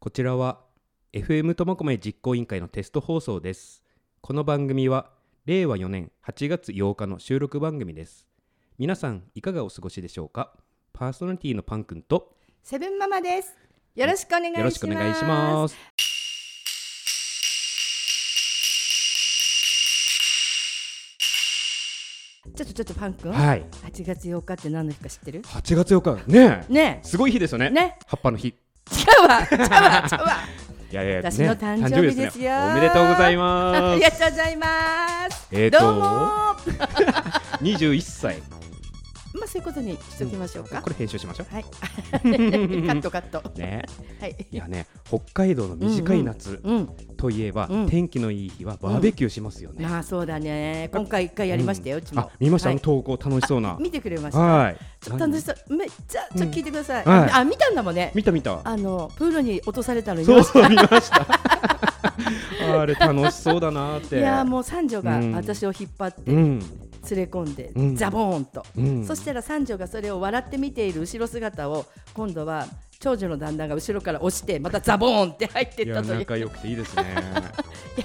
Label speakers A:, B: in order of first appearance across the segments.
A: こちらは FM ともこめ実行委員会のテスト放送です。この番組は令和4年8月8日の収録番組です。皆さんいかがお過ごしでしょうか。パーソナリティのパン君と
B: セブンママです。よろしくお願いします。。
A: よろしくお願いしますす。
B: ちょっとちょっとパン君、
A: はい。
B: 8月8日って何の日か知ってる？
A: 8月8日ねえ
B: ね
A: すごい日ですよね。
B: え、ね
A: 葉っぱの日。い
B: え、違うわ、違うわ、違 うわ。
A: やいや
B: 私の誕生日ですよ
A: おめでとうござい
B: あ
A: ま
B: り
A: す。
B: がとうご ざいます。
A: えーと
B: どうもー。まあ
A: 21歳。
B: そういうことにしときましょうか。
A: これ編集しましょう。
B: はい。 カットカット。
A: ね
B: はい。
A: えいやね北海道の短い夏。
B: うん、
A: といえば、
B: うん
A: 天気のいい日はバーベキューしますよね。
B: まあそうだね。今回一回やりましたよ、うちも。
A: あ見ました、
B: は
A: あの
B: い
A: 投稿楽しそうな。
B: 見てくれました。
A: はい。
B: ちょっと楽しそう。めっちゃちょっと聞いてください。
A: うんはい
B: あ、見たんだもんね。
A: 見た見た。
B: あのプールに落とされたのに
A: そうそう見ました。あ れ楽しそうだなーって。
B: いやーもう三女が
A: うん
B: 私を引っ張って
A: う。
B: 連
A: ん。
B: れ込んで、
A: うん
B: ザボーンと、
A: うん。
B: そしたら三女がそれを笑って見ている後ろ姿を今度は長女の旦那が後ろから押してまたザボーンって入って
A: い
B: った
A: や
B: というい
A: 仲良くていいですね。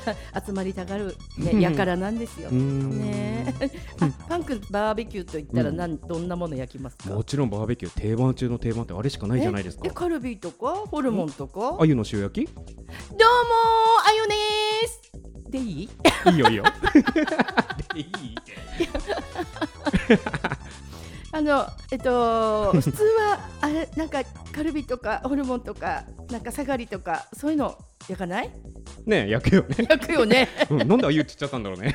B: や集まりたがる、
A: うん
B: ね、やからなんですよ。
A: うーん
B: ねえあパン君バーベキューと言ったらなん、どんなもの焼きますか
A: もちろんバーベキュー定番中の定番ってあれしかないじゃないです
B: ええ
A: か。
B: カルビとかホルモンとかどうも
A: あゆの塩焼き？
B: ーあゆねーすでいい
A: いいよい いよ。いいって。
B: あのえっと普通はあれなんかカルビとかホルモンとかなんかサガリとかそういうの焼かない？
A: ねえ焼くよね。
B: 焼くよ ね。
A: うんなんであゆって言っちゃったんだろうね。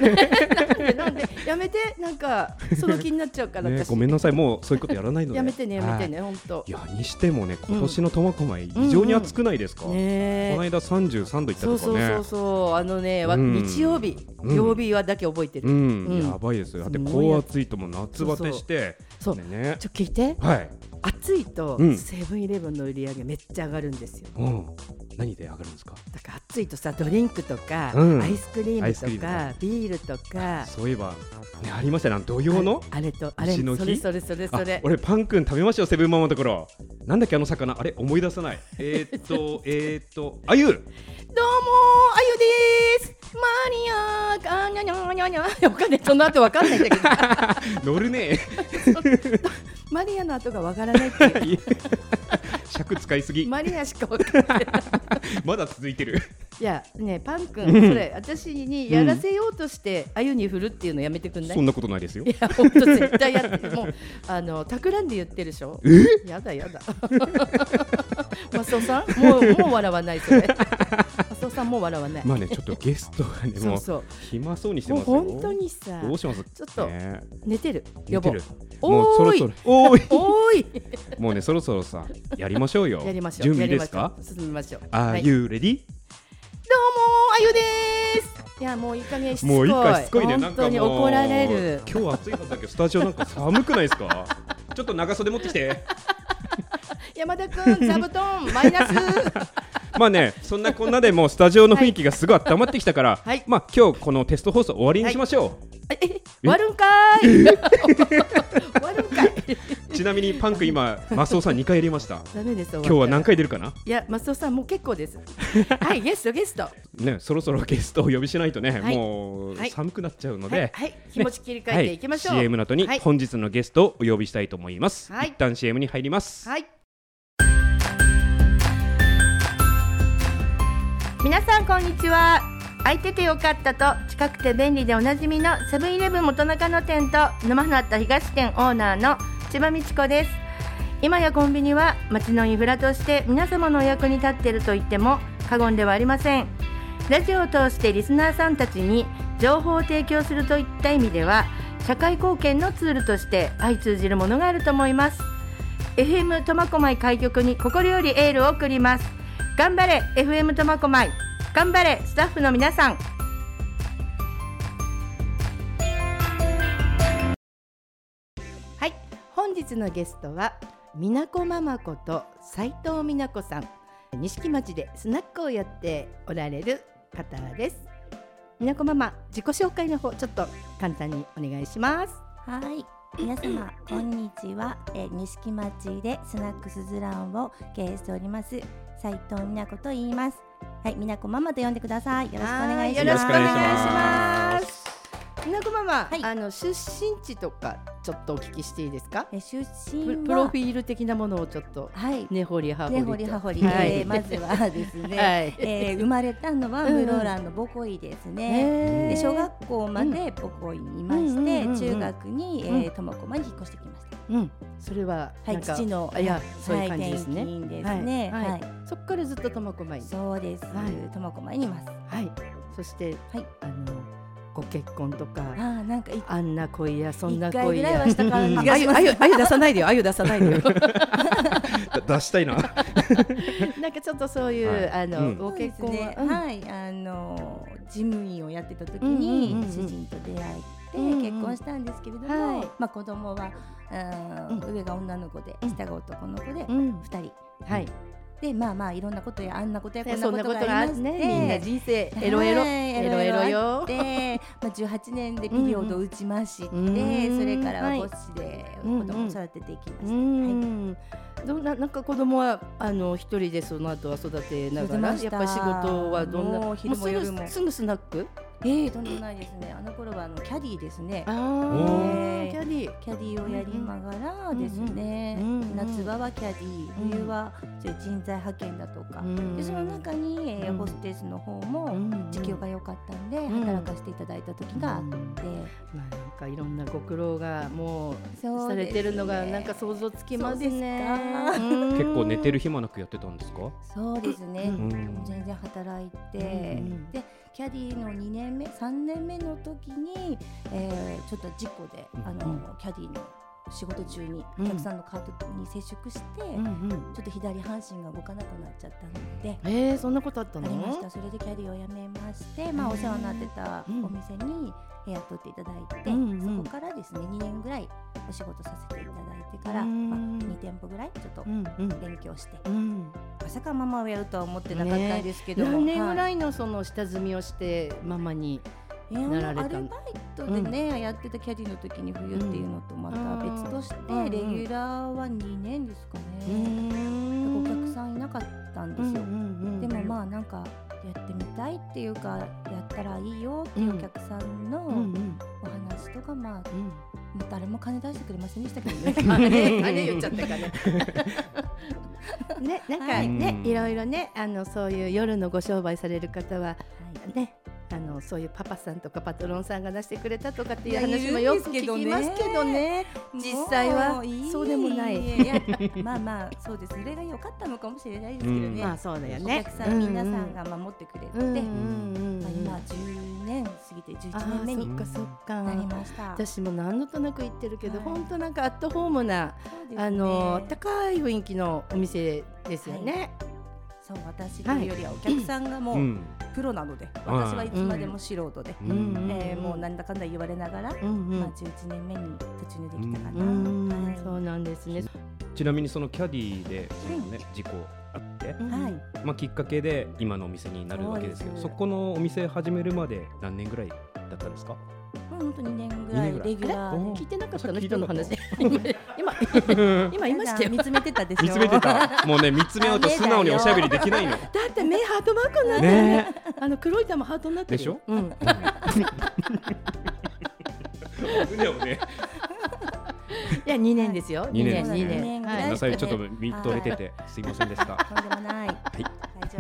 B: なんでやめてなんかその気になっちゃうから
A: ね
B: 私。
A: ごめんなさいもうそういうことやらないので。
B: やめてねやめて
A: はい。
B: ね本当
A: い。やにしてもね今年の苫小牧異常に暑くないですか？こ
B: ね
A: の
B: え。
A: 間33度いった
B: そ
A: と
B: うそ
A: か
B: う
A: ね。
B: そうそうあのねわ
A: うん
B: 日曜日
A: うん
B: 曜日はだけ覚えて
A: う
B: る。
A: ん、
B: うん
A: やばいですよ。だって
B: すごい
A: こう暑いともう夏バテして、
B: そう
A: ねね
B: ちょ聞いて
A: はい、
B: 暑いと
A: うん
B: セブンイレブンの売り上げめっちゃ上がるんですよ。
A: うん、何で上がるんですか。
B: だから暑いとさドリンクとか
A: うん
B: アイスクリー
A: アイスクリ
B: ムと
A: ー
B: かビールとか。
A: そういえば、ね、ありましたね。あの土曜の。
B: あれとあれ
A: 牛の
B: そ
A: 日
B: れそれそれそ
A: あ
B: れ
A: 俺パン君食べましたよセブンママのところなんだっけあの魚あれ思い出さないえー、っ とえーっとあゆ
B: どうもーあゆですマニアーかに ゃにゃにゃにゃわかんないその後わかんないんだけど
A: 乗るね
B: マリアの後がわからないっていう
A: 尺使いすぎ
B: マリアしかわか んない
A: まだ続いてる
B: いやねえパン君
A: うん
B: それ私にやらせようとしてあゆに振るっていうのやめてくんない
A: そんなことないですよ
B: いや本当絶対やってもうあの企んで言ってるでしょ
A: え
B: やだやだ マスオさんもうもう笑わないそれマスオさんもう笑わない、
A: まあねちょっとゲストがね
B: そ
A: も
B: う
A: う
B: そう
A: 暇そうにして
B: もう
A: ますよ
B: 本当にさ
A: どうします
B: ちょっと
A: ね
B: 寝てる
A: 寝
B: 予
A: て
B: 防
A: るもうそ
B: お
A: ろ
B: ー
A: そろ
B: い
A: おーい
B: おーい
A: もうね、そろそろさ、やりましょうよ。
B: やりましょ
A: 準
B: う
A: 備です
B: や
A: か
B: りましょう進みましょう
A: ?Are
B: い、どうも
A: you ready?
B: あゆですいやもういい加減しつこい
A: もういいか、しつこいね。なん
B: 本
A: かも
B: 当
A: う
B: に怒られる
A: 今日は暑いはずだけど、スタジオなんか寒くないですか ちょっと長袖持ってきて。
B: 山田くん座布団マイナス
A: まあね、そんなこんなでもうスタジオの雰囲気がすごい温まってきたから、
B: はい
A: まあ今日このテスト放送終わりにしましょ。
B: え終わるんか ーい終わるんかいう
A: ちなみにパンク今、マスオさん2回入れました。
B: ダメです今
A: 今日は何回出るかない
B: やマスオさんもう結構ですはいゲストゲストは
A: ね、そろそろゲストをお呼びしないとね、
B: はい
A: もう
B: はい
A: 寒くなっちゃうので、
B: い、はい、気持ち切り替えていきましょう、
A: はい、CM の後に
B: はい
A: 本日のゲストをお呼びしたいと思います、
B: はい
A: 一旦 CM に入ります、
B: はい
C: 皆さんこんにちは空いててよかったと近くて便利でおなじみのセブンイレブン元中野店と沼のあった東店オーナーの千葉美智子です今やコンビニは街のインフラとして皆様のお役に立っていると言っても過言ではありませんラジオを通してリスナーさんたちに情報を提供するといった意味では社会貢献のツールとして相通じるものがあると思います FM 苫小牧開局に心よりエールを送ります頑張れ FM 苫小牧頑張れスタッフの皆さん
B: はい、本日のゲストは美奈子ママこと斉藤美奈子さん錦町でスナックをやっておられる方です美奈子ママ自己紹介の方ちょっと簡単にお願いします
D: はい。皆様、こんにちは。えー、錦町でスナックスズランを経営しております、斉藤美奈子と言いますはい美奈子ママと呼んでくださいよろしくお願い
B: は
D: し
B: いよ
D: ま
B: ろ
D: す
B: しくお願いします
A: す
B: みなこママ、
D: はい
B: あの出身地とかちょっとお聞きしていいですか？
D: え出
B: プ
D: 身は
B: プロフィール的なものをちょっと
D: はい
B: 根掘り葉掘り
D: ね
B: と。
D: ほりはほり、
B: は
D: え
B: い。
D: ーまずはです ね、
B: はい。
D: えー生まれたのは
B: うんうん
D: 室蘭の母校医ですね、
B: え
D: で
B: ー
D: 小学校まで母校医にいまして、
B: うんうんうんうん
D: 中学に、え
B: うん
D: ー、苫小牧に引っ越してきました
B: うん、それはな
D: はい
B: んか
D: 父の
B: あいやそういう感じですね。
D: はい、転勤ですね、
B: は
D: はいい、
B: はいそこからずっと苫小牧に。
D: そうです
B: はい
D: 苫小牧にいます
B: はい。そして、
D: はい
B: あのご結婚と
D: あ
B: か
D: ーなんか一
B: あんな恋やそんな
D: 一回
B: 恋
D: ぐらい
B: や
D: は。した感じ
B: あ
D: がし
B: ゆ
D: ま
B: あ
D: す
B: ゆあゆ出さないでよあゆ出さ ないでよ。
A: だ出したいな
B: なんかちょっとそういう、
A: はい
B: あの、
A: うん
B: ご結婚は、
D: そうです
B: うん
D: ねはいあの事務員をやってた時
B: う
D: に
B: んうんうんうん
D: 主人と出会って
B: うんうん
D: 結婚したんですけれども、
B: はい
D: まあ子供は、うん
B: う
D: 上が女の子で
B: うん
D: 下が男の子で
B: うん
D: 二人
B: はい。
D: でまあまあいろんなことやあんなことやこ
B: ね
D: んな
B: そんな
D: こ
B: ことと
D: が
B: が
D: あ
B: あ
D: り
B: っ
D: ま
B: て
D: して、
B: ね、みんな人生エロエロ、
D: はい
B: エロエロよ。
D: で、まあ、18年で美容と打ちまして、
B: うんうん
D: それから
B: は
D: はい母子で子供を育てていきま
B: う
D: した、はい
B: ん、どんななんか子供はあの一人でその後は育てながら
D: 育てまし
B: やったぱり仕事はどんな
D: もう昼も夜も
B: うすぐすぐスナック
D: ええとんでもないですねあの頃はあのキャディーですね
B: あ
D: ー
B: キャディ
D: キャディーをやりながらですね、
B: うんうんうんうん
D: 夏場はキャディー
B: うん
D: 冬はそういう人材派遣だとか、
B: うん
D: でその中に、えー
B: うん
D: ホステスの方
B: う
D: も
B: ん
D: 時給が良かったんで、
B: ん
D: 働かせていただいた時があって、
B: まあなんかいろんなご苦労がもう
D: そう
B: されてるのがなんか
D: そう
B: 想像つきますね
D: そうですか
B: うん
A: 結構寝てる暇なくやってたんですか
D: そうですね、
A: ん
D: 全然働いて、
B: うんうん
D: でキャディーの2年目3年目の時に、えーちょっと事故で、あの
B: うん
D: キャディーの仕事中に
B: うん
D: お客さんのカートに接触して、
B: うんうん
D: ちょっと左半身が動かなくなっちゃったので、
B: えー、そんなことあった
D: あ
B: の
D: りましたそれでキャディを辞めまして、まあ、
B: うん
D: お世話になってた
B: うん
D: お店にえー雇っていただいて、
B: うんうん
D: そこからですね2年ぐらいお仕事させていただいてから、
B: うん
D: まあ、2店舗ぐらいちょっと
B: うんうん
D: 勉強して、
B: うん
D: まさかママをやるとは思ってなかったんですけども、
B: 何年ぐ
D: は
B: ら
D: い
B: いのその下積みをしてママに
D: えー
B: なられた
D: アルバイトでね、やってたキャディの時に冬っていうのとまた別として、
B: うん
D: レギュラーは2年ですかね、
B: ん
D: お客さんいなかったんですよ。でもまあなんかやってみたいっていうかやったらいいよっていうお客さん
B: あうん
D: の
B: うん
D: お話とかまあも
B: うん
D: う誰も金出してくれませんでしたけど ね
B: あれあれ言っちゃったかね。ね、なんか
D: はい
B: ね、
A: うん
B: い、ろいろね、あのそういう夜のご商売される方はね、あのそういうパパさんとかパトロンさんが出してくれたとかっていう話もよく聞きますけどね。実際は
D: もい
B: そうでもない
D: いやまあまあそうですそれが良かったのかもしれないですけど
A: うん
D: ね、
B: まあそうだよ
D: お
B: ね。
D: 客さん皆さんが守ってくれて、
B: うんうん
D: ま
B: うんうん
D: あ今10年過ぎて
B: あ
D: 11
B: ー
D: 年目
B: そ
D: に
B: っかそっか。
D: なりましたそう
B: 私も何度となく言ってるけど、
D: はい
B: 本当なんかアットホームな、
D: ですね
B: あの高い雰囲気のお店ですよね。
D: そう私というよりはお客さんがもう、
A: うん
D: プロなので
A: うん
D: 私はいつまでも素人で、
A: うん
B: うん
D: えーもうなんだかんだ言われながら、
B: うんうん
D: まあ、11年目に途中でできたか
B: う
D: な、
B: ん、
D: はい
B: そうなんですね。
A: ちなみにそのキャディーでその、ね、事故あって、
D: はい
A: まあ、きっかけで今のお店になるわけですけど
D: そう
A: そ
D: です
A: このお店始めるまで何年ぐらいだったんですか
D: もうほんと2年ぐら
A: 二年ぐ
D: い
A: らい
D: レギュラー
B: 聞いてなかった
A: さ
B: の
A: っき聞い
B: 人
A: た
B: の
A: の
B: 話。今 今
D: で
B: いましたよ
D: 見つめてたでし ょ
A: 見つめて たもうね見つめようと素直におしゃべりできないの
B: だって目ハートマークになってるね。
A: ね
B: あの黒い玉ハートになってるよ。
A: でし
B: うん。
A: え危ねえ危ね
B: いや二年ですよ。
A: 二年
B: 二
A: ですね
B: 年。
D: 二年
A: えご
B: は
A: めん
B: い
A: な。さいちょっと見とれててすいませんでした
D: とんでもな
A: い
D: い、大丈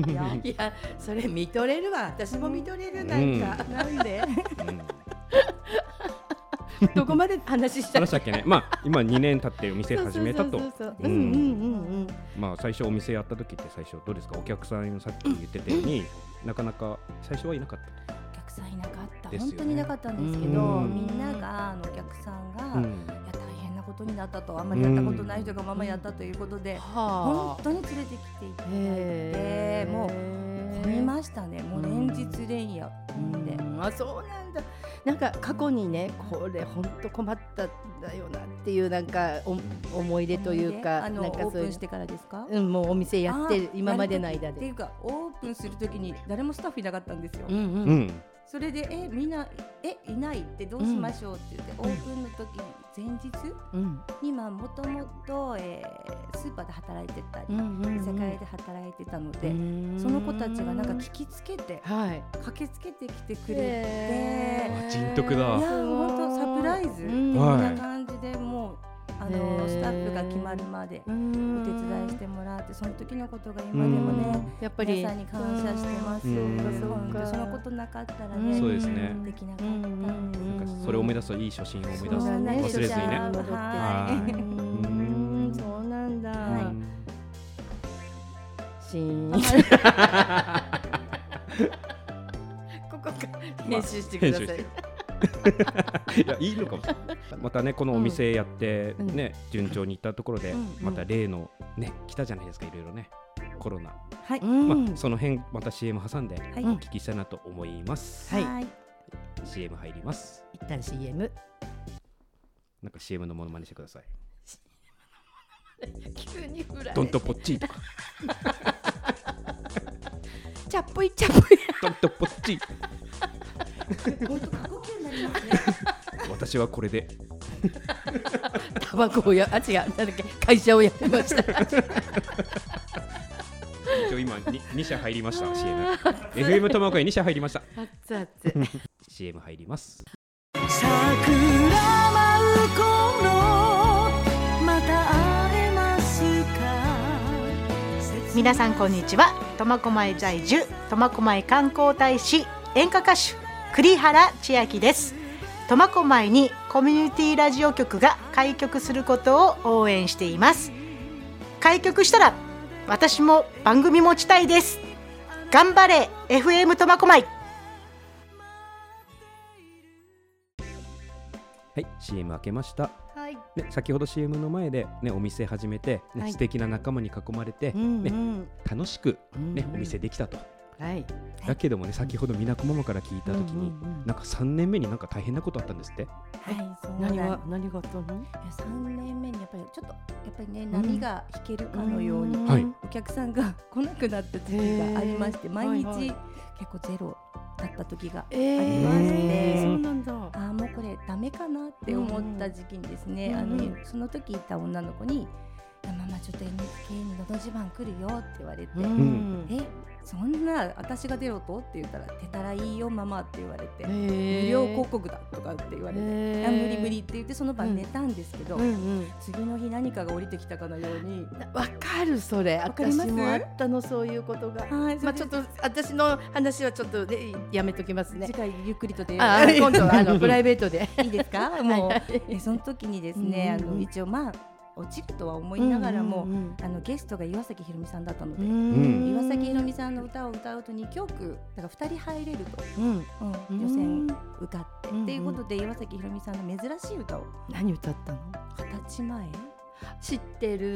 D: 夫よ
B: いやそれ見とれるわ。私も見とれるなんか。
D: なんで
A: うん
B: どこまで話した
A: 話したっけねまあ今2年経ってお店始めたと
B: そうそうそうそ
A: う
B: ううん
A: ん
B: うんうんうん。
A: まあ最初お店やった時って最初どうですかお客さんさっき言ってたようになかなか最初はいなかった
D: お客さんいなかった、
A: ですよね
D: 本当にいなかったんですけど
A: うん
D: みんながあのお客さんが、
A: う
D: いや
A: ん
D: 大変なことになったとあんまりやったことない人がママやったということで、
B: は
D: 本当に連れてきていただい
B: へー
D: てもう混みましたねもう連日連夜
B: うん
D: で、
B: あそうなんだなんか過去にねこれ本当困ったんだよなっていうなんかお思い出というか
D: あの
B: なんか
D: オー
B: そう
D: プ
B: い
D: ン
B: う
D: してからですか
B: うんもうお店やってる
D: あー
B: 今までの
D: やる時
B: 間
D: ってい
B: で
D: うかオープンするときに誰もスタッフいなかったんですよ、
B: うんう
A: うんん
D: それで「えみんなえいない?」ってどうしましょうって言って、オープンの時に前日
B: うん
D: にまあもともとえースーパーで働いてたり、
B: うんうん
D: 居酒屋で働いてたので、
B: で
D: その子たちがなんか聞きつけて
B: はい
D: 駆けつけてきてくれて、
B: へー
A: 人徳だ
D: いや本当サプライズ、
B: うん
A: は
D: こ
A: い
D: んな感じでもうあ
B: へ
D: の
B: ー
D: スタッフが決まるまで
B: う
D: お
B: ん
D: 手伝いしてもらってその時のことが今でもね、
B: やっぱり
D: 皆さんに感謝してます、
A: うん
D: 本当そのことなかったらね、
A: そうですね
D: できなかったんで
B: う
D: す
B: ん
A: なんかそれを思い出すといい写真を思い出す
B: そうだね
A: 忘れずにね
B: 戻って
D: は
A: はい
D: い
B: うんそうなんだ、
A: は
B: シーンここか編集してくださ
A: 編集し
B: い、
A: て い、いやいいのかもしれないまたねこのお店やって
B: うん
A: ね、順調にいったところで、
D: うん
A: また例のね来たじゃないですかいろいろねコロナ、
D: はい、
A: まあ、その辺また CM 挟んで
D: はい
A: お聞きしたいなと思います、
B: はい
D: はい
A: CM 入ります
B: 一旦 CM
A: なんか CM のモノマネしてください
B: 急にフラ
A: ドンとポッチーとか
B: チャップイチャップイ
A: ドンとポッチー
D: 本当過呼吸になりますね
A: 私はこれで
B: タバコをやあ違うなんだっけ会社をやってました
A: 一応今に2社入りました CM FM 玉川に2社入りました
B: 熱々
A: CM 入ります
E: 桜舞う頃また会えますか
F: 皆さんこんにちは苫小牧在住苫小牧観光大使演歌歌手栗原千明です苫小牧にコミュニティラジオ局が開局することを応援しています開局したら私も番組持ちたいです頑張れ FM 苫小牧
A: はい CM 開けました
B: はい
A: ね、先ほど CM の前で、ね、お店始めて、ね
B: はい
A: 素敵な仲間に囲まれて、
B: うんう
A: ね、
B: ん
A: 楽しく、ね
B: うんうん
A: お店できたと
B: はい
A: だけどもね先ほどみなこママから聞いた時に、
B: うんうんうん
A: なんか3年目になんか大変なことあったんですって
D: はいそうな
B: 何
D: んです
B: が何があったの
D: いや3年目にやっぱりちょっとやっぱりね波が引けるかのように、
A: はい
D: お客さんが来なくなった時期がありまして
B: へー
D: 毎日、
B: はいはい
D: 結構ゼロだった時が
B: え
A: えー
B: そうなんだ
D: ああもうこれダメかなって思った時期にですね、
B: うんうん
D: あのその時いた女の子に「いやママちょっと NHK に「のど自慢来るよ」って言われて「
A: ん
D: えそんな私が出ろと?」って言ったら「出たらいいよママ」って言われて「
B: 無
D: 無料広告だ」とかって言われて「いや無理無理」って言ってその晩寝たんですけど、
B: うんうん
D: 次の日何かが降りてきたかのように。
B: なわかるそれ
D: かり
B: 私
D: ます
B: もあったのそういうことが
D: はい、
B: まあちょっと私の話はちょっとねやめときますね
D: 次回ゆっくりとで
B: ああ今度はあのプライベートで
D: いいですか？も
B: はい
D: う
B: はい
D: えその時にですね、
B: うんうん
D: あの一応まあ落ちるとは思いながらも、
B: うんうん
D: あのゲストが岩崎宏美さんだったの
B: う
D: で、
B: ん
D: 岩崎宏美さんの歌を歌うと2曲だから2人入れると、
B: うんう
D: 予
B: ん
D: 選受かって、
B: うんうん
D: っていうことで岩崎宏美さんの珍しい歌を
B: 何歌ったの
D: 形前っ
B: 知ってる
D: て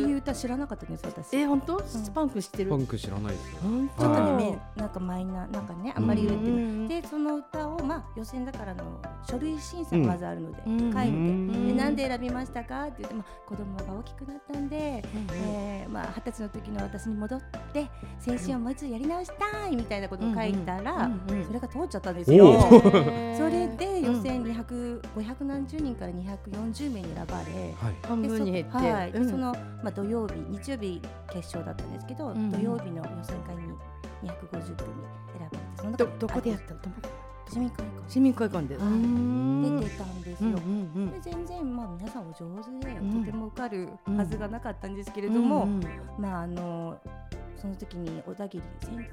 D: いう歌知らなかったんです私。
B: え本当スパンク知ってる
A: パ
B: 本
A: ンク知らないですよ
B: 当
D: ちょっと
A: は
D: ねめなんかマイナーなんかねあんまり売れてない。でその歌を、まあ、予選だからあの書類審査がまずあるので、
B: うん
D: 書いて、
A: うん
D: でなんで選びましたかって言って、まあ、子供が大きくなったんで、
B: うん
D: えーまあ、二十歳の時の私に戻って青春をもう一度やり直したいみたいなことを書いたら、
B: うんうん
D: それが通っちゃったんですよ。
A: おう
D: それで予選200、500何十人から240名に選ばれ、
A: はい
B: 半
D: で
B: 分に減って
D: そはい
B: うん
D: その、まあ、土曜日日曜日決勝だったんですけど、
B: ん
D: 土曜日の予選会に250組選ばれてその中
B: ど
D: に
B: どこでやったの
D: 市民会館
B: 市民会館で
D: はい出てたんです
B: う
D: よ。
B: んうんうん
D: で全然まあ皆さんお上手で、
B: ん
D: とても受かるはずがなかったんですけれども、
B: うんうん
D: まああのその時に小田切先ん小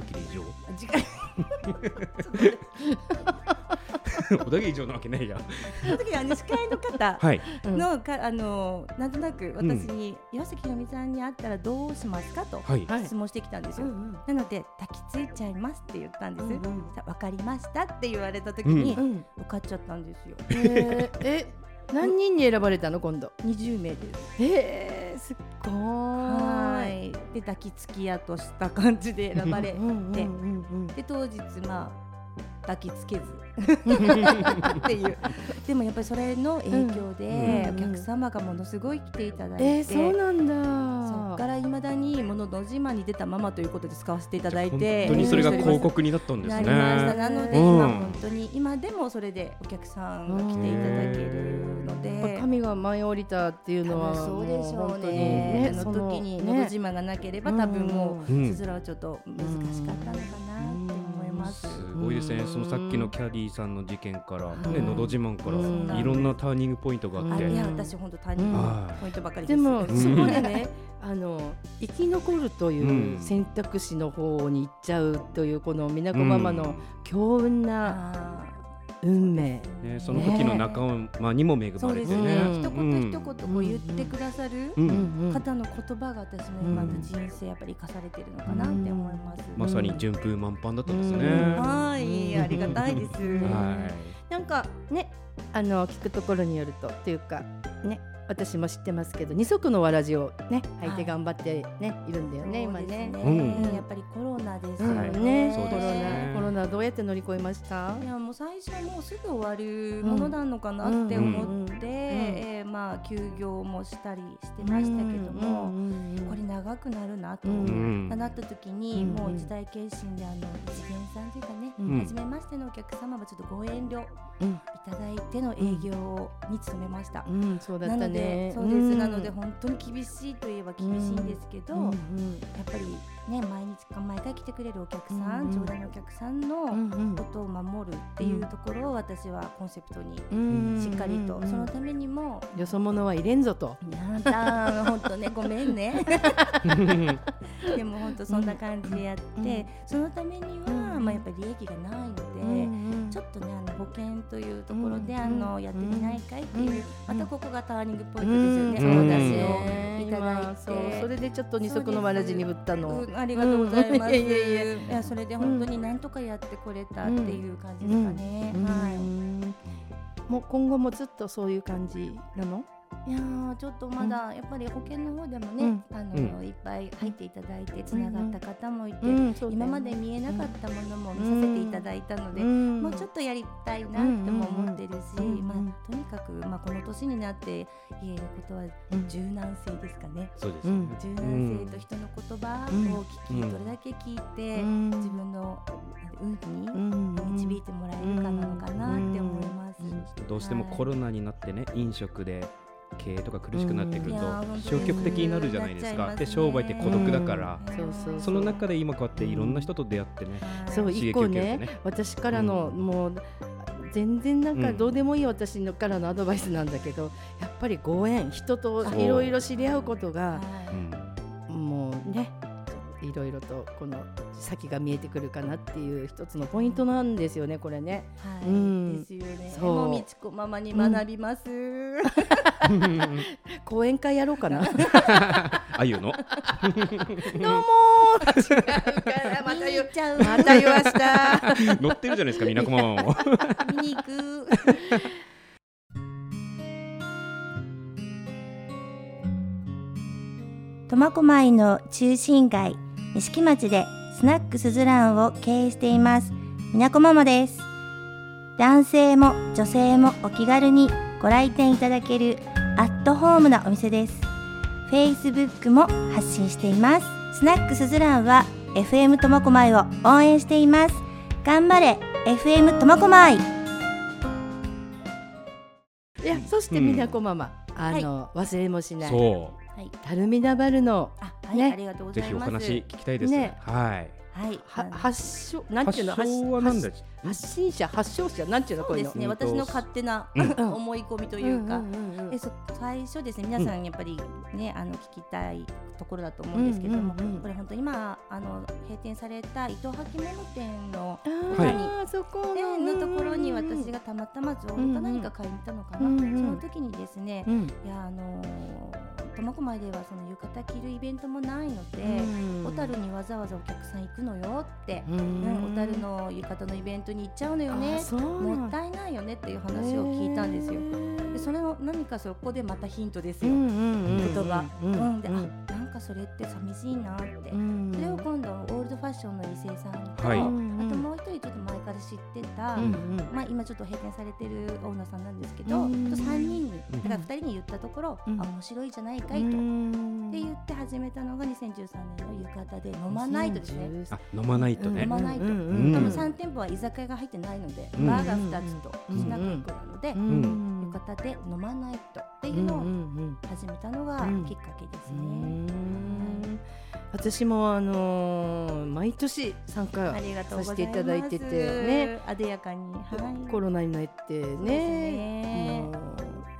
A: 小田
D: 切
A: 切以上
D: 先生違う違う
A: 小田切以上なわけないじゃん
D: その時にあの司会の方
A: はい
D: のかあのなんとなく私に、岩崎宏美さんに会ったらどうしますかと
A: はい
B: はい
D: 質問してきたんですよ。
B: うん
D: なので抱きついちゃいますって言ったんです。
B: うんうん
D: さわかりましたって言われた時に、
B: うんうん
D: 受かっちゃったんですよ。
B: えーえ何人に選ばれたの今度
D: 20名です。
B: えー、すっごーい
D: はい。で抱きつき屋とした感じで選ばれ
B: うんうん
D: で
B: うん
D: で当日まあ抱き つけずっていうでもやっぱりそれの影響で、
B: うん
D: お客様がものすごい来ていただい
B: え
D: て、
B: ー、そうなんだ
D: そっからいまだにもののどマに出たままということで使わせていただい
A: 本
D: て
A: 当にそれが
D: おり
A: 広告になったんです
D: な
A: ね
D: りましたなので
A: うん
D: 今本当に今でもそれでお客さんが来ていただけるの
B: やっぱ
D: で。
B: 神が舞い降りたっていうのは
D: そうでし
B: もう
D: ょう
B: 本当に
D: ね。あの
B: そ
D: 時に「のど自慢」がなければ多分もう
A: う
D: つ
A: ん
D: づらはちょっと難しかったのかなって思います。
A: すごいですね、そのさっきのキャリーさんの事件から、ね、
B: うん
A: のど自慢
B: うん
A: から、いろんなターニングポイントがあっ
D: あ
A: て、
D: いや
B: うん
D: 私本当他人
A: はい
D: ポイントばかり
B: で
D: です。
B: もそこ
A: ん
B: でねあの生き残るという選択肢の方に行っちゃうというこの美奈子ママの強運な
D: あ
B: 運命
D: ー
A: ね、その時の仲間にも恵
D: そ
A: ま
D: う
A: れ
D: で
A: て
D: す
A: ね
D: ね。
B: う。ん
D: 一言一言こう言ってくださる
A: うん
D: 方の言葉が私の今の人生やっぱり生かされてるのかなって思います。
A: まさに順風満帆だったんですね。
B: うん
D: はい、ありがたいです。
A: は
B: なんかねあの聞くところによるとというかね私も知ってますけど二足のわらじをね履いて頑張ってね、い、るんだよね今ね。
D: そうです
A: うん
D: やっぱりコロナです
B: う
D: よ
B: ん
D: ね。
B: ね
A: そう
B: コ
A: で
B: ロ
A: す
B: ナ
A: ね
B: コロナどうやって乗り越えました？
D: いやもう最初はもうすぐ終わるものなのかなって思って、
B: うんうんうん
D: えーまあ休業もしたりしてましたけども、
B: うんうんうん
D: これ長くなるなと、
B: うん
A: い。うん
D: なった時に、
B: うん
D: もう時代検診であの一元さんというかね、
B: うん
D: 初めましてのお客様はちょっとご遠慮い
B: うん
D: ただいての営業に努めました。
B: うんそうだ
D: な
B: った
D: の
B: ね
D: で。そうです、なので本当に厳しいといえば厳しいんですけど、
B: うん
D: やっぱりね毎日毎回来てくれるお客
B: う
D: さ
B: んう
D: ん、
B: ん
D: 常連のお客さんの、
B: うんうん
D: ことを守るっていうところを私はコンセプトに
B: うん
D: しっかりと、
B: うん
D: そのためにも、
B: よそ者は入れんぞと。
D: いやあなた本当ねごめ んねでも本当そんな感じでやって、
B: うん
D: そのためには、
B: うん
D: まあ、やっぱり利益がないので、ち
B: ちょ
D: ょ
B: っ
D: っとねあの保険というところで、
B: うん
D: あのやってみないかいっていう、
B: うん
D: またここがターニングポ
B: と
D: イントですよね、
A: うん
D: お出
A: そう
D: 汁
A: だ
D: を
A: ね。
D: いただいて
B: 今そうそれでちょっと二足のわらじにぶったの。
D: うんありがとうございま
B: う
D: す、
B: んいやいやいや
D: いやそれで本当になんとかやってこれたっていう感じですかね、
B: うん
D: はい。
B: もう今後もずっとそういう感じなの？
D: いやーちょっとまだやっぱり保険の方でも
B: う
D: ね、
B: ん
D: あのいっぱい入っていただいてつながった方もいて、
B: ん、そ
D: 今まで見えなかったものも見させていただいたので、も
B: も
D: うちょっ
B: と
D: とやりたいなっても思ってるし、
B: うんうんうん
D: まあ、とにかく、まあ、この年になって言えることは柔軟性ですかね。
A: そうですね。
D: 柔軟性と人の言葉を聞き、
A: うん
D: どれだけ聞いて、自
B: 自
D: 分のなんて運に
B: 分
D: 導いてもらえるかなのかなって思います。
A: どうしてもコロナになってね、飲食で経営とか苦しくなってくると
D: いやー本当です
A: 消極的になるじゃないですか。
D: なっちゃいます
A: で
D: ね
A: 商売って孤独だから、
D: うん
B: そうそう
A: その中で今こうやっていろんな人と出会ってね、
B: そう
A: 刺激
B: 一個
A: 受ける
B: ね
A: んでね
B: 私からの、
A: うん
B: もう全然なんか
A: うん
B: どうでもいい私のからのアドバイスなんだけど、やっぱりご縁人と
A: そう
B: いろいろ知り合うことが
D: はい
A: うん
B: もうねいろいろとこの先が見えてくるかなっていう一つのポイントなんですよねこれね。
D: は
B: う
D: い、
B: ん
D: ですよね。
B: そう
D: もうみちこママに学 びます。
B: 講演会やろうかな。
A: あゆの。
B: また言う
D: ちゃう。
B: また言わした。
A: 乗ってるじゃないですか、みなこまま も。
D: 見に行く。 苫小牧の中心街錦町でスナックすずらんを経営していますみなこママです男性も女性もお気軽にご来店いただけるアットホームなお店です Facebook も発信していますスナックすずらんは FM 苫小牧を応援しています頑張れ FM 苫小牧
B: いやそして
A: うん
B: 美奈子ママ、あの、忘れもしない。
A: そ
B: タルミナバルの
D: あ、
B: はいねあ
D: りがとう
A: う。
D: ご
A: ぜひお話聞きたいです。
B: ね
A: はい。
D: はい、
B: は発祥なんてい
A: 発
B: うの
A: 祥は何だ
B: 発発信者発祥者なんていうの
D: そ
B: こ
D: う
B: うい
D: で
B: うの
D: すね、
A: うんと
D: 私の勝手な
A: うん
D: 思い込みというか、
B: んうんうんうん
D: えそ最初ですね、皆さんやっぱりね、あの聞きたいところだと思うんですけども、
B: うんうんうん
D: これ本当今あの閉店された伊藤履物店の
B: あー
A: はい
B: そこ
D: ねのところに
B: うんうんうん
D: 私がたまたまゾウか何か買いに行ったのかな、
B: うんう
D: そ
B: ん
D: の時にですね、
B: うん
D: いやあのー苫小牧ではその浴衣着るイベントもないので、
B: うん
D: 小樽にわざわざお客さん行くのよって、
B: う
D: うんん小樽の浴衣のイベントに行っちゃうのよね
B: あそうなん
D: もったいないよねっていう話を聞いたんですよ。でそれを何かそこでまたヒントです
B: う
D: よ、
B: んうんうんうん
D: 言葉。
B: う
D: うんん
B: うん
D: で、あなんかそれって寂しいなって、
B: うん
D: それを今度オールドファッションの伊勢さんと、
A: はい
D: あ
A: う
D: と
B: んうん
D: もう一人ちょっと前から知ってた、
B: うん
D: まあ、今ちょっと閉店されてるオーナーさんなんですけど、
B: うん
D: と3人に
A: うん
D: だから2人に言ったところ、
B: うん
D: あ面白いじゃないか
B: う
D: いと。
B: ん
D: って言って始めたのが2013年の浴衣で飲まないとですね
A: あ飲まないとね、
D: 飲まないと、
B: うん
A: うんうん
D: 多分3店舗は居酒屋が入ってないので、
A: うん
D: バーが2つと
B: うん
D: スナック1個なので、
A: ん
D: 浴衣で飲まないとっていううんの
B: う
D: を
B: んうん
D: 始めたのがきっかけですね。
B: うん私もあのー毎年参
D: あ
B: 加
D: りがとうござ
B: させ
D: います。
B: ていただいててね、
D: 艶やかに、はい、
B: コロナになって
D: そうです
B: ね
D: ね
B: もう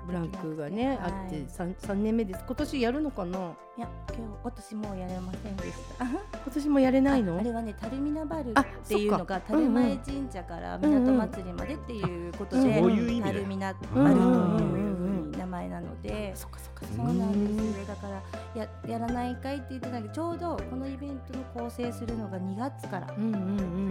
B: ブランクがね、
D: はい
B: あって三三年目です今年やるのかない
D: や今日今年もうやれませんでした。
B: 今年もやれないの
D: ああれはね、タルミナバルっ
B: あ
D: ていうのが樽前神社から港祭りまでっていうことで、
A: うんうんそういう意味だ
D: タ
A: よ
D: ルミナバルというふうに名前なので、
B: そっかそっか
D: そうなんですよだからややらないかいって言ってたけどちょうどこのイベントの構成するのが2月から
B: うんうんう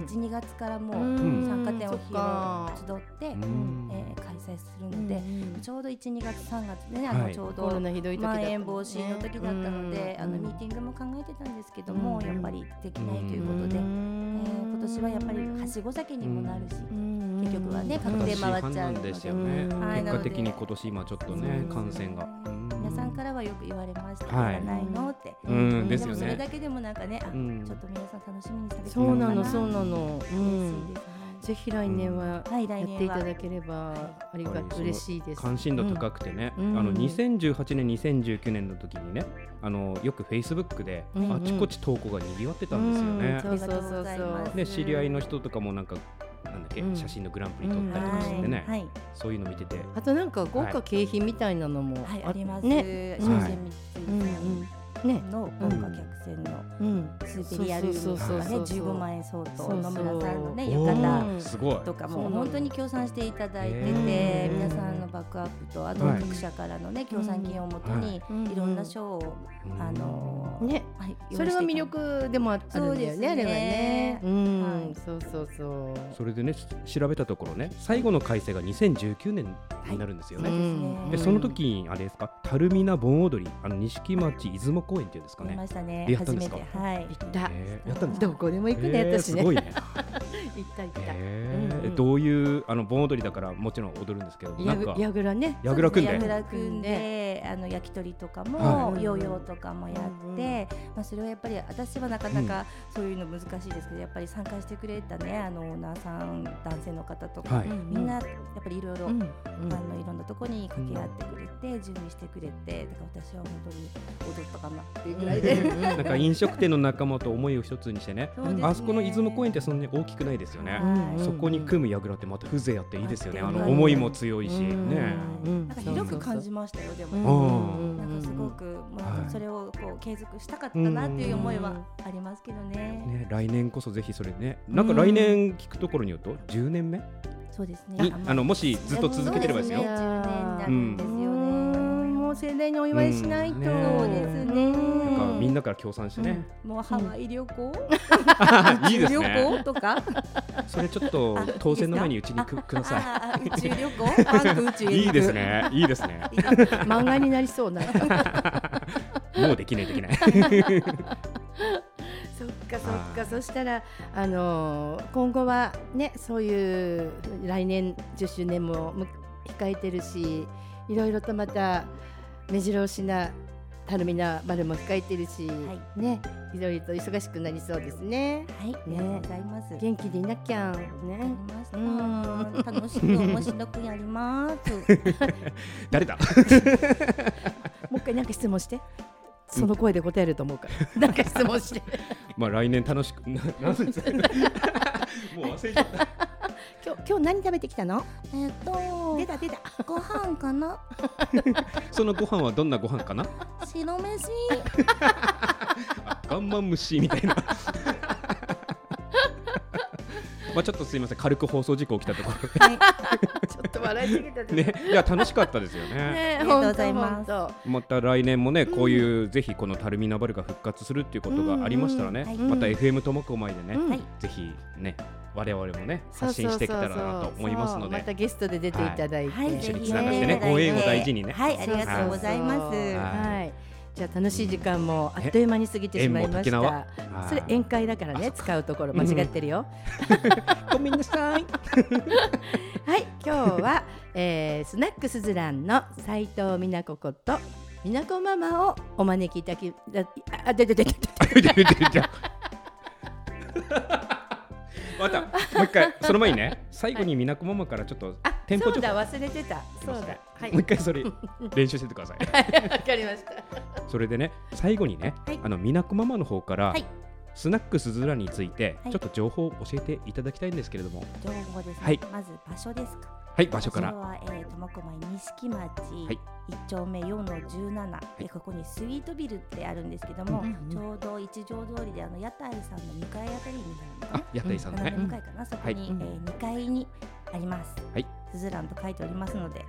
B: ん
D: 12月からも
B: う
D: うん参加店を
B: そっか
D: 広集って、
A: うん
D: えー開催するので、
B: うんうん
D: ちょうど12月3月ねあ
A: は
D: の
A: い
D: ちょうど、
B: コロナひどい時だ
D: ま
B: った
D: ん
B: ね
D: 延防止の時だったので、あのミーティングも考えてたんですけども、
B: うん
D: やっぱりできないということで、えー今年はやっぱりはしご酒にもなるし、結局はね確定
A: 私
D: 回っちゃ
A: 判断
D: うので
A: でしたよね、
D: はい
A: 結果的
D: な
A: に
D: ので
A: 今年今ちょっと
D: そうです
A: ね
D: ね
A: 感染が、うん
D: 皆さんからはよく言われました、
A: はい
D: やらないのって。
A: うんです
D: も
A: よ
D: それ
A: ね
D: だけでもなんかね、あ
A: うん
D: ちょっと皆さん楽しみにされてる
B: そう
D: の
B: な
D: か
B: の
D: な
B: そうなのうん
D: 嬉しいですね
B: ぜひ来年は
D: は
B: や
D: い、来
B: って
D: 年
B: い
D: は
B: ただければありが
A: やっぱりその
B: 嬉しいです
A: 関心度高くてね、
B: うん
A: あの2018年2019年の時にねあのよくフェイスブックで
B: うんうん
A: あちこち投稿が賑わってたんですよね、
B: うんそうそうそうそ
D: ありがとうございうます
A: で知り合いの人とかもなんかなんだっけ、
B: うん
A: 写真のグランプリ撮ったりとかしてね、
D: はい、
A: そういうの見てて、
B: あとなんか豪華景品みたいなのも
D: はい、あります。
B: ね
D: ね、
A: うん
D: 商船
B: うん
D: 三井
B: うんね
D: さんの豪華客船の
B: うん
D: スーペリアルームと
A: そう
D: か
A: そう
D: ね、
A: そう
B: そう
D: 15万円相
B: そうそ
D: 当
B: う
D: 野村さんのね
A: お
D: 浴衣
A: ーすごい
D: とか
B: そう
D: も本当に協賛していただいてて、
A: へー
D: 皆さんのバックアップとあと
A: はい
D: 各社からのね協賛金をもとに
B: うん
D: いろんな賞を
A: うん
D: あのー
B: ね
D: はい
B: それは魅力でもあるんだよ
D: そうで
B: ね
D: すね
B: あれはねうん、
D: はい
B: そうそうそう
A: それでねし調べたところね最後の改正が2019年になるんですよ
D: そうで
A: ね、
D: す
B: う
D: ね
B: ん
A: でその時にあれですか樽見な盆踊りあの錦町出雲公園っていうんですか
D: あり
A: ね
D: ましたね
A: やった
D: 初
A: んで
D: め
A: すか
D: てはい
B: 行った、
A: えーやったんですか
B: どこでも行くね、
A: えー
B: 私ね
A: すごいね、
B: 行った行った、
A: えー
B: うんうん
A: どういうあの盆踊りだからもちろん踊るんですけどな
B: や
A: ん
B: ぐ
A: か
B: やぐらね
A: やぐら組ん
D: そう
A: で
D: ですねやぐら組んで、あの焼き鳥とかも、
A: は
D: ヨーヨーとかもや
B: うんう
D: っ
B: ん
D: て、まあそれはやっぱり私はなかなかそういうの難しいですけど、やっぱり参加してくれたね、あのオーナーさん、男性の方とか、
A: はい
D: みんなやっぱりいろいろ、
B: うん
D: あのいろんなとこに掛け合ってくれて、準備してくれて、だから私は本当に踊ったかなっ ていうぐらいで。
A: なんか飲食店の仲間と思いを一つにしてね
D: そうですね
A: あそこの出雲公園ってそんなに大きくないですよね、
D: はい
A: そこに組む櫓ってまた風情あっていいですよね
D: あ
A: あ
D: って
A: の思いも強いし
B: うん
A: ね
B: うん
D: なんか広く感じましたよ、で
B: う
D: も。
B: ん
A: うん
D: なんかすごく、ま
A: は
D: あ、
A: い
D: それをこう継続したかったなっていう思いはありますけどね。
A: ね来年こそぜひそれねなんか来年聞くところによると10年目
D: そうですね。
A: にあのもしずっと続けてればですよ
D: そうね10年なんですよね。
B: うんもう盛大にお祝いしないと、
A: うんね
D: そうです
A: な
D: ね。
A: んかみんなから協賛してね、
D: もうハワイ旅行、
A: いいです
D: 旅
A: ね
D: 行とか、
A: それちょっと当選の前にうちにく くださ
D: あー宇宙旅行、パンク宇宙へ
A: いい
D: 行く
A: いです。ねいいですね
B: 漫画になりそうなそっ
A: もうできないできない
B: かそっかそしたらあのー今後はねそういう来年10周年もむ控えてるしいろいろとまた目白押しなたるみな丸も控えてるし、
D: はい
B: ねいろいろと忙しくなりそうですね
D: はい、ありがとうござ います。
B: 元気でいなきゃ
D: わ
B: ね
D: かりました
B: うん
D: 楽しく面白くやり ます。
A: 誰だ
B: もう一回なんか質問して その声で答えると思うからなんか質問 して
A: まあ来年楽しく ななんですもう忘れちゃった
B: 今日今日何食べてきたの
D: えっと
B: 出、た出た
D: ご飯かな、
A: そのご飯はどんなご飯かな
D: 白飯。
A: ガンマン虫みたいな。 まあちょっとすいません軽く放送事故起きたとこ
B: ちょっと笑いすぎた
A: ろね いや楽しかったですよね
B: ね、
D: ありがとうございます
B: ほんとほんと
A: また来年もねこういう、ぜひこのタルミナバルが復活するっていうことがありましたらね、
D: うんうん
B: は
A: ま
B: い
A: た FM ともこまいでね、
B: うんはい
A: ぜひね我々もね発信していけたらなと思いますの
B: そうそうそうそうまた
A: で
B: ゲストで出ていただいて、
D: は
A: 一
D: い、
A: 緒
D: ぜ
A: に
D: ひ
A: つながってね
D: いただいて
A: ご縁を大事にね
D: はい、ありがとうございます。
B: そうそうそう
A: はい
B: はいじゃあ楽しい時間もあっという間に過ぎてしまいまし
A: 縁も
B: た
A: 竹縄
B: それ宴会だからね使うところ間違ってるよ
A: ごめんなさい
B: はい今日は、えー、スナックスズランの斉藤美奈子ことみなこママをお招きいただきだあでででで
A: 見て見て見てまたもう一回その前にね最後にみなこママからちょっと
B: あ
A: 店舗
B: そう
A: 情報
B: だ忘れてたそうだは
A: も
B: い
A: う
B: わ
A: 一回それ練習しててください
B: かりました
A: それでね最後にね、
B: はい
A: あのみなこママの方から、
D: はい
A: スナックすずらについて
D: はい
A: ちょっと情報を教えていただきたいんですけれども
D: 情報ですね、
A: はい
D: まず場所ですか
A: はい場所から
D: は、えー、苫小牧錦町、
A: はい
D: 一丁目4の17、でここにスイートビルってあるんですけども、
B: うん
D: ちょうど一条通りであの屋台さんの向かいあたりになるのか
A: あ屋台さんの
D: な斜
A: ね
D: め向かいかな、そこに、
B: うん
D: えー、2階にあります
A: はい
D: すずらんと書いておりますので、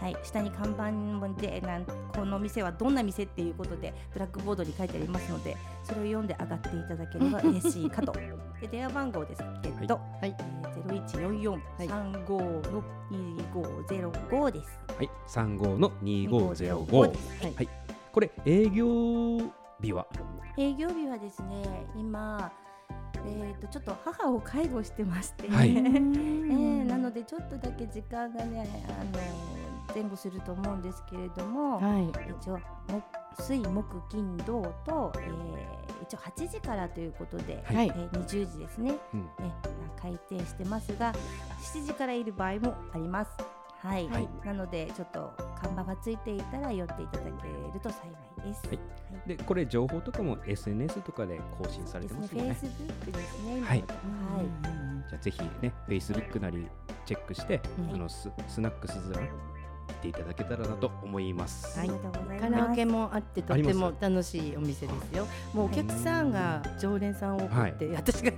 A: はい
D: 下に看板でなんこの店はどんな店っていうことでブラックボードに書いてありますのでそれを読んで上がっていただけれ ば嬉しいかとで電話番号ですけど、
B: い
D: ゼロ一四四三五六二五ゼロ五です。
A: はい三五の二五ゼロ
D: 2505
A: 五
D: です
B: はい
A: これ営業日は
D: 営業日はですね、今。えー、とちょっと母を介護してまして、
A: はい
D: えーな
C: な
D: のでちょっとだけ時間がねあの前後すると思うんですけれども、
B: はい
D: 一応木水木金土と、えー一応8時からということで、
A: はい
D: えー、20時ですね、
A: うん
D: ね開店してますが7時からいる場合もあります。はい、
A: はい
D: なのでちょっと看板がついていたら寄っていただけると幸いです。
A: はいでこれ情報とかも SNS とかで更新されてますよ
D: フェイ
A: ね
D: スブックですね。
A: はい
D: 今のはい。
A: じゃあぜひね Facebook なりチェックして、あのススナックすずら行っていただけたらなと思います、
D: ありがとうございます。
B: カラオケもあってと
A: あり
B: て
A: ます
B: も楽しいお店ですよ。もうお客さんが常連さん多くて、私が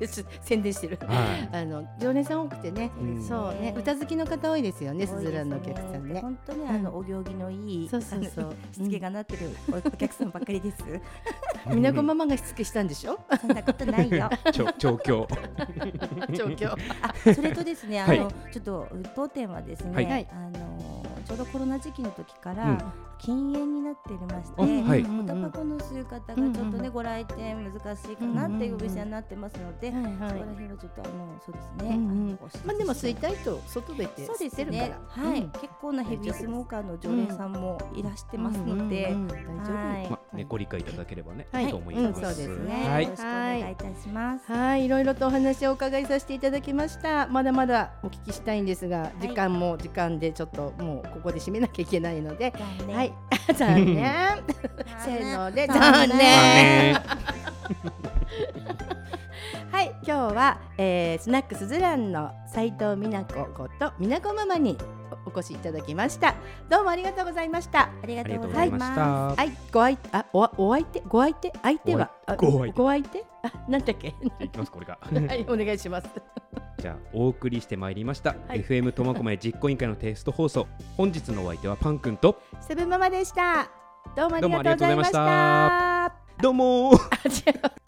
B: 宣伝してる。
A: はい
B: あの常連さん多くてね、
A: うん
B: そうね歌好きの方多いですよね、すずらのお客さんね。
D: 本当にあの、
B: うん
D: お行儀のいい、
B: そうそうそ
D: あの
B: う。
D: しつけがなってるおお客さんばっかりです。
B: うんみなこママがしつけしたんでしょ？
D: そんなことな いよ。
A: ちょ状況
B: 状況。
D: あそれとですね、あの、
A: は
D: ちょっと当店はですね、
A: はい
B: はい
D: あのちょうどコロナ時期の時か
A: うん
D: ら禁煙になっておりまして、
A: あはい
B: うん
D: お
B: うん
D: タ
B: うん
D: バコの吸う方がちょっと
B: うんうんう
D: ね、
B: ん
D: ご来店難しいかなっていうお店になってますので、
B: はいは
D: そこら
B: い。
D: 辺はちょっとあのそうですね。
B: うんうん
D: あのお知らせ
B: まあでも吸いたい人外出て
D: そうで
B: 吸っ
D: す
B: てるから
D: ね。。はい、
B: うん
D: 結構なヘビースモーカーの常連さんもいらしてますので、
B: うんうんうん大丈夫。
D: はい、
A: まあね、ご理解いただければね、
B: はい
A: と思います、
B: うんそうですね
A: は
D: よ
A: い
D: ろしくお願いいたします。
B: はい、いろいろとお話をお伺いさせていただきました。まだまだお聞きしたいんですが、
D: い
B: 時間も時間でちょっともうここで締めなきゃいけないので、
D: 残念
B: はい、、 残念。せーので残
D: 残
A: まあ
B: 念。
A: ね
B: はい、今日は、えー、スナックすずらんの斉藤美奈子こと美奈子ママにおお越しいただきました。どうもありがとうございました。
D: ありが
A: あり
D: と
A: がとう
D: う
A: ご
D: ござ
A: ざ
D: い
A: いま
D: ま
A: し
D: す。
A: た。
B: はい、ご相あおお相手ご相手相手はあ
A: ご相手
B: ご相手あなんだっけ
A: じゃあいきますこれが。
B: はいお願いします。
A: じゃあお送りしてまいりました、
B: はい
A: FM 苫小牧実行委員会のテスト放送。本日のお相手はパン君と
B: セブンママでした。どうもありがとうございまし
A: どうもあ
B: た。
A: どうもー
B: あ違う